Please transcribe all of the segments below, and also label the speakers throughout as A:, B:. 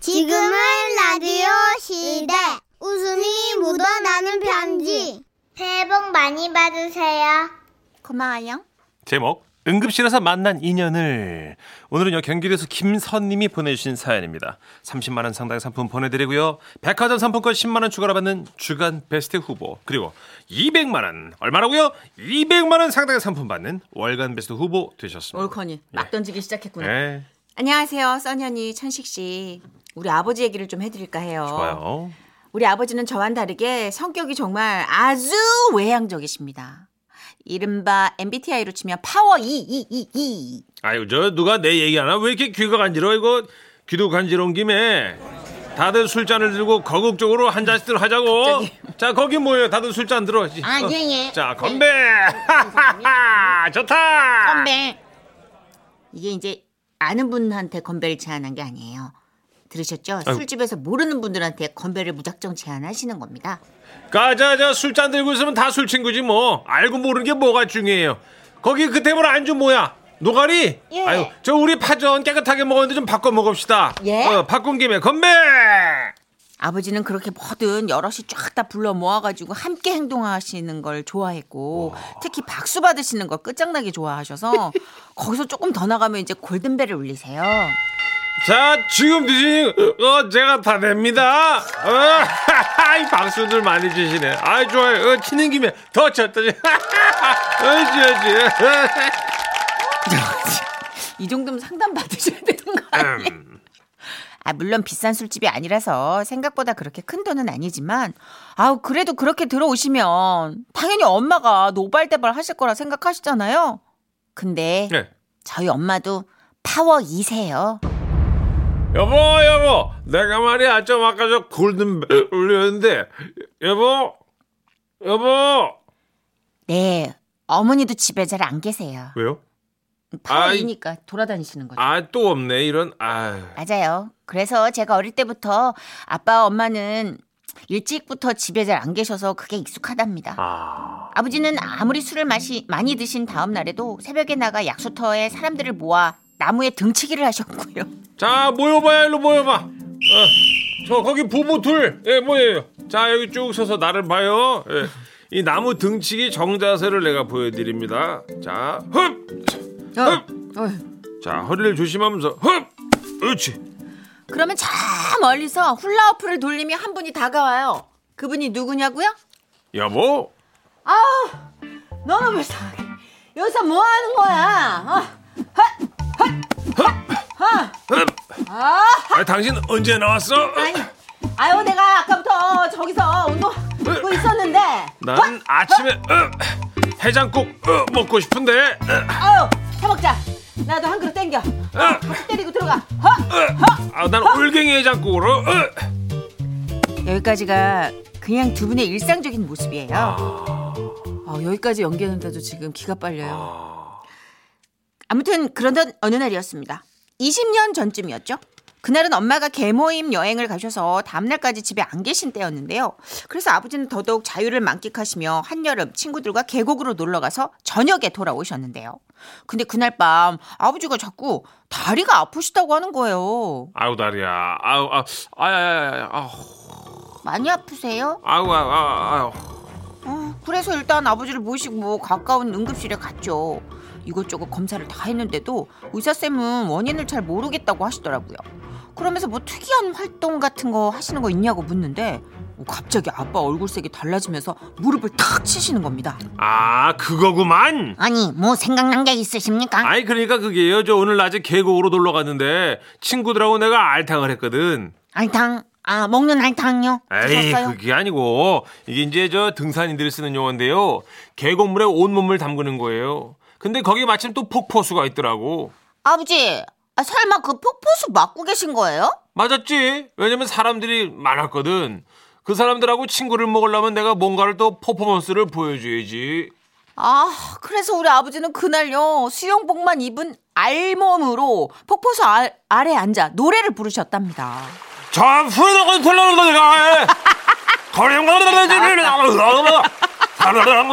A: 지금은 라디오 시대. 웃음이 묻어나는 편지. 새해 복 많이 받으세요.
B: 고마워요.
C: 제목 응급실에서 만난 인연을 오늘은요 경기도에서 김선님이 보내주신 사연입니다. 30만 원 상당의 상품 보내드리고요. 백화점 상품권 10만 원 추가로 받는 주간 베스트 후보 그리고 200만 원 얼마라고요? 200만 원 상당의 상품 받는 월간 베스트 후보 되셨습니다.
B: 올커니 막 던지기 시작했구나.
C: 네,
B: 안녕하세요, 써니언니 천식 씨. 우리 아버지 얘기를 좀 해드릴까 해요. 어.
C: 좋아요.
B: 우리 아버지는 저와는 다르게 성격이 정말 아주 외향적이십니다. 이른바 MBTI로 치면 파워 2, 2, 2, 2.
C: 아유 저 누가 내 얘기 하나 왜 이렇게 귀가 간지러 이거 귀도 간지러운 김에 다들 술잔을 들고 거국적으로 한 잔씩 하자고. 자 거기 뭐예요? 다들 술잔 들어.
B: 아, 예, 예.
C: 자 건배. 좋다.
B: 건배. 이게 이제 아는 분한테 건배를 제안한 게 아니에요. 들으셨죠?
C: 아이고.
B: 술집에서 모르는 분들한테 건배를 무작정 제안하시는 겁니다.
C: 가자자 술잔 들고 있으면 다 술 친구지 뭐. 알고 모르는 게 뭐가 중요해요. 거기 그 테이블 안주 뭐야? 노가리?
A: 예.
C: 아유 저 우리 파전 깨끗하게 먹었는데 좀 바꿔 먹읍시다.
B: 예?
C: 어, 바꾼 김에 건배.
B: 아버지는 그렇게 뭐든 여럿이 쫙 다 불러 모아가지고 함께 행동하시는 걸 좋아했고 특히 박수 받으시는 걸 끝장나게 좋아하셔서 거기서 조금 더 나가면 이제 골든벨을 울리세요.
C: 자 지금 드신 어 제가 다 냅니다. 어, 이 박수들 많이 주시네. 아이 좋아요. 어, 치는 김에 더 쳤더니. 어지 어지.
B: 이 정도면 상담 받으셔야 되는 거 아니에요? 아 물론 비싼 술집이 아니라서 생각보다 그렇게 큰 돈은 아니지만 아우 그래도 그렇게 들어오시면 당연히 엄마가 노발대발 하실 거라 생각하시잖아요. 근데
C: 네.
B: 저희 엄마도 파워 2세요.
C: 여보 여보 내가 말이야 좀 아까 저 골든 벨 울렸는데 여보 여보
B: 네. 어머니도 집에 잘 안 계세요.
C: 왜요? 아이.
B: 파워이니까 돌아다니시는 거죠.
C: 아 또 없네 이런 아
B: 맞아요. 그래서 제가 어릴 때부터 아빠 엄마는 일찍부터 집에 잘 안 계셔서 그게 익숙하답니다.
C: 아.
B: 아버지는 아무리 술을 마시, 많이 드신 다음 날에도 새벽에 나가 약수터에 사람들을 모아 나무에 등치기를 하셨고요.
C: 자 모여봐요 일로 모여봐 어, 저 거기 부부 둘예 뭐예요 자 여기 쭉 서서 나를 봐요 예. 이 나무 등치기 정자세를 내가 보여드립니다 자흡자 허리를 조심하면서 흡 그렇지
B: 그러면 저 멀리서 훌라후프를 돌리며 한 분이 다가와요. 그분이 누구냐고요?
C: 여보
B: 아우, 너는 왜 싸게? 여기서 뭐 하는 거야?
C: 아 당신 언제 나왔어
B: 아유, 내가 아까부터 어, 저기서 운동하고 있었는데.
C: 난 아침에 어, 해장국 어, 먹고 싶은데 어,
B: 아유, 해먹자. 나도 한 그릇 땡겨.
C: 어,
B: 때리고 들어가. 헛!
C: 아, 난 올갱이 해장국으로 어.
B: 여기까지가 그냥 두 분의 일상적인 모습이에요. 어, 여기까지 연기하는데도 지금 기가 빨려요.
C: 어.
B: 아무튼 그러던 어느 날이었습니다. 20년 전쯤이었죠. 그날은 엄마가 개모임 여행을 가셔서 다음날까지 집에 안 계신 때였는데요. 그래서 아버지는 더더욱 자유를 만끽하시며 한여름 친구들과 계곡으로 놀러가서 저녁에 돌아오셨는데요. 근데 그날 밤 아버지가 자꾸 다리가 아프시다고 하는 거예요.
C: 아우 다리야 아우 아우 아야야야 아우
B: 많이 아프세요?
C: 아우 아우 아우 아우
B: 어, 그래서 일단 아버지를 모시고 뭐 가까운 응급실에 갔죠. 이것저것 검사를 다 했는데도 의사쌤은 원인을 잘 모르겠다고 하시더라고요. 그러면서 뭐 특이한 활동 같은 거 하시는 거 있냐고 묻는데 어, 갑자기 아빠 얼굴색이 달라지면서 무릎을 탁 치시는 겁니다.
C: 아 그거구만
B: 아니 뭐 생각난 게 있으십니까?
C: 아이 그러니까 그게요 저 오늘 낮에 계곡으로 놀러 갔는데 친구들하고 내가 알탕을 했거든
B: 알탕 아 먹는 알탕요?
C: 에이 그게 아니고 이게 이제 저 등산인들이 쓰는 용어인데요 계곡물에 온몸을 담그는 거예요 근데 거기 마침 또 폭포수가 있더라고
B: 아버지 설마 그 폭포수 맞고 계신 거예요?
C: 맞았지. 왜냐면 사람들이 많았거든. 그 사람들하고 친구를 먹으려면 내가 뭔가를 또 퍼포먼스를 보여줘야지.
B: 아, 그래서 우리 아버지는 그날요, 수영복만 입은 알몸으로 폭포수 아, 아래 앉아 노래를 부르셨답니다.
C: 저 푸른하고 털나는 거가 거리는 거는 지는 한배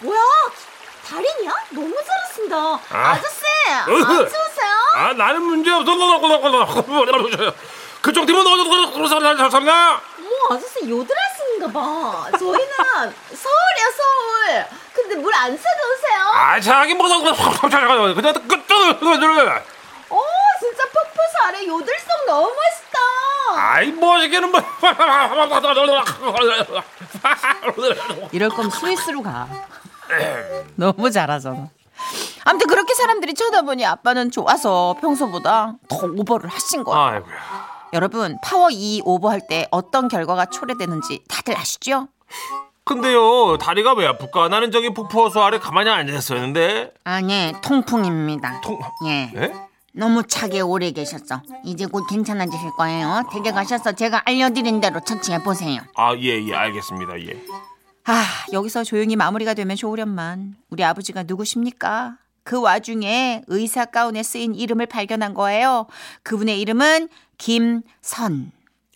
B: 뭐야? 달인이야? 너무 잘하신다. 아저씨,
A: 안 쓰세요?
C: 아 나는 문제 없어. 그쪽 팀은 어디서 살나?
D: 뭐 아저씨 요드라스인가 봐. 저희는 서울이야 서울. 근데 물 안 사놓으세요?
C: 아 자기 뭐 그냥 끝
D: 어 진짜 폭포 아래 요들성 너무 멋있다.
C: 아이 멋있게는 뭐.
B: 이럴 거면 스위스로 가. 너무 잘하잖아. 아무튼 그렇게 사람들이 쳐다보니 아빠는 좋아서 평소보다 더 오버를 하신 거예요.
C: 아이고야.
B: 여러분 파워 2 오버할 때 어떤 결과가 초래되는지 다들 아시죠?
C: 근데요 다리가 왜 아플까? 나는 저기 폭포수 아래 가만히 앉아 있었는데
B: 아니 네, 통풍입니다.
C: 통.
B: 예.
C: 예?
B: 너무 차게 오래 계셨어. 이제 곧 괜찮아지실 거예요. 댁에 가셔서 제가 알려드린 대로 처치해 보세요.
C: 아예예 알겠습니다 예.
B: 아 여기서 조용히 마무리가 되면 좋으련만 우리 아버지가 누구십니까? 그 와중에 의사 가운에 쓰인 이름을 발견한 거예요. 그분의 이름은 김선.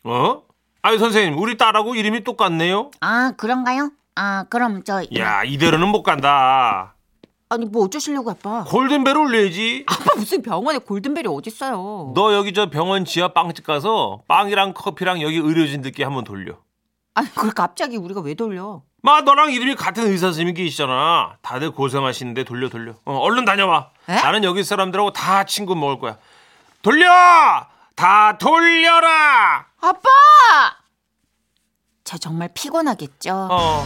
C: 어? 아니 선생님 우리 딸하고 이름이 똑같네요.
B: 아 그런가요? 아 그럼 저
C: 야 이대로는 못 간다.
B: 아니 뭐 어쩌시려고 아빠?
C: 골든벨 올려야지.
B: 아빠 무슨 병원에 골든벨이 어딨어요
C: 너 여기 저 병원 지하 빵집 가서 빵이랑 커피랑 여기 의료진들께 한번 돌려.
B: 아니 그걸 갑자기 우리가 왜 돌려?
C: 마 너랑 이름이 같은 의사 선생님이 계시잖아. 다들 고생하시는데 돌려 돌려. 어, 얼른 다녀와.
B: 에?
C: 나는 여기 사람들하고 다 친구 먹을 거야. 돌려! 다 돌려라!
B: 아빠! 저 정말 피곤하겠죠.
C: 어.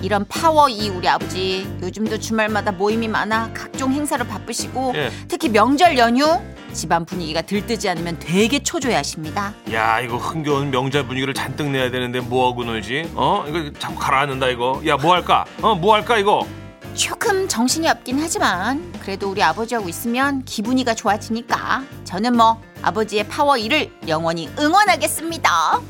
B: 이런 파워 이 우리 아버지 요즘도 주말마다 모임이 많아 각종 행사로 바쁘시고
C: 예.
B: 특히 명절 연휴 집안 분위기가 들뜨지 않으면 되게 초조해하십니다.
C: 야 이거 흥겨운 명절 분위기를 잔뜩 내야 되는데 뭐하고 놀지? 어? 이거 자꾸 가라앉는다 이거. 야 뭐 할까? 어? 뭐 할까 이거?
B: 조금 정신이 없긴 하지만 그래도 우리 아버지하고 있으면 기분이가 좋아지니까 저는 뭐 아버지의 파워 이를 영원히 응원하겠습니다.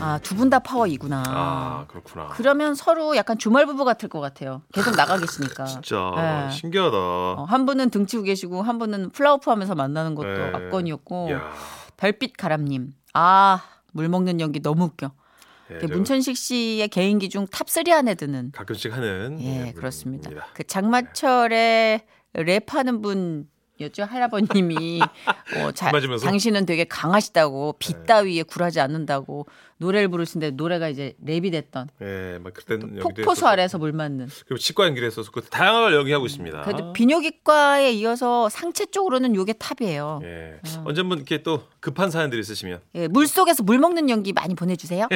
B: 아 두 분 다 파워 이구나
C: 아 그렇구나.
B: 그러면 서로 약간 주말 부부 같을 것 같아요. 계속 나가 계시니까.
C: 진짜
B: 네.
C: 신기하다.
B: 어, 한 분은 등치고 계시고 한 분은 플라우프 하면서 만나는 것도
C: 네.
B: 압권이었고
C: 야,
B: 별빛 가람님 아 물 먹는 연기 너무 웃겨.
C: 예,
B: 이게
C: 저
B: 문천식 씨의 개인기 중 탑 3 안에 드는
C: 가끔씩 하는
B: 예
C: 분입니다.
B: 그렇습니다. 그 장마철에 랩하는 분이었죠 할아버님이 어, 자,
C: 맞으면서?
B: 당신은 되게 강하시다고 비 따위에 굴하지 않는다고 노래를 부르시는데 노래가 이제 랩이 됐던
C: 예, 막 그때는
B: 폭포수 아래서 물 맞는
C: 그리고 치과 연결했어서 그 다양한 걸 연기하고 있습니다.
B: 그래도 비뇨기과에 이어서 상체 쪽으로는 요게 탑이에요.
C: 예.
B: 어.
C: 언제 한번 이렇게 또 급한 사연들이 있으시면
B: 예, 물 속에서 물 먹는 연기 많이 보내주세요.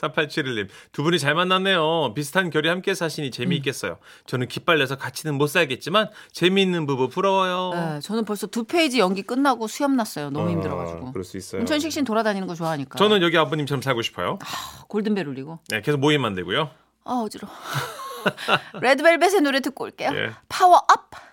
C: 3871님 두 분이 잘 만났네요. 비슷한 결이 함께 사시니 재미있겠어요. 저는 깃발려서 같이는 못 살겠지만 재미있는 부부 부러워요.
B: 예, 저는 벌써 두 페이지 연기 끝나고 수염 났어요. 너무
C: 어. 아,
B: 힘들어가지고.
C: 그럴 수 있어요.
B: 문천식 씨는 돌아다니는 거 좋아하니까.
C: 저는 여기 아버님처럼 살고 싶어요.
B: 골든벨 울리고.
C: 네, 계속 모임 만들고요.
B: 아 어지러. 워 레드벨벳의 노래 듣고 올게요.
C: 예.
B: 파워업.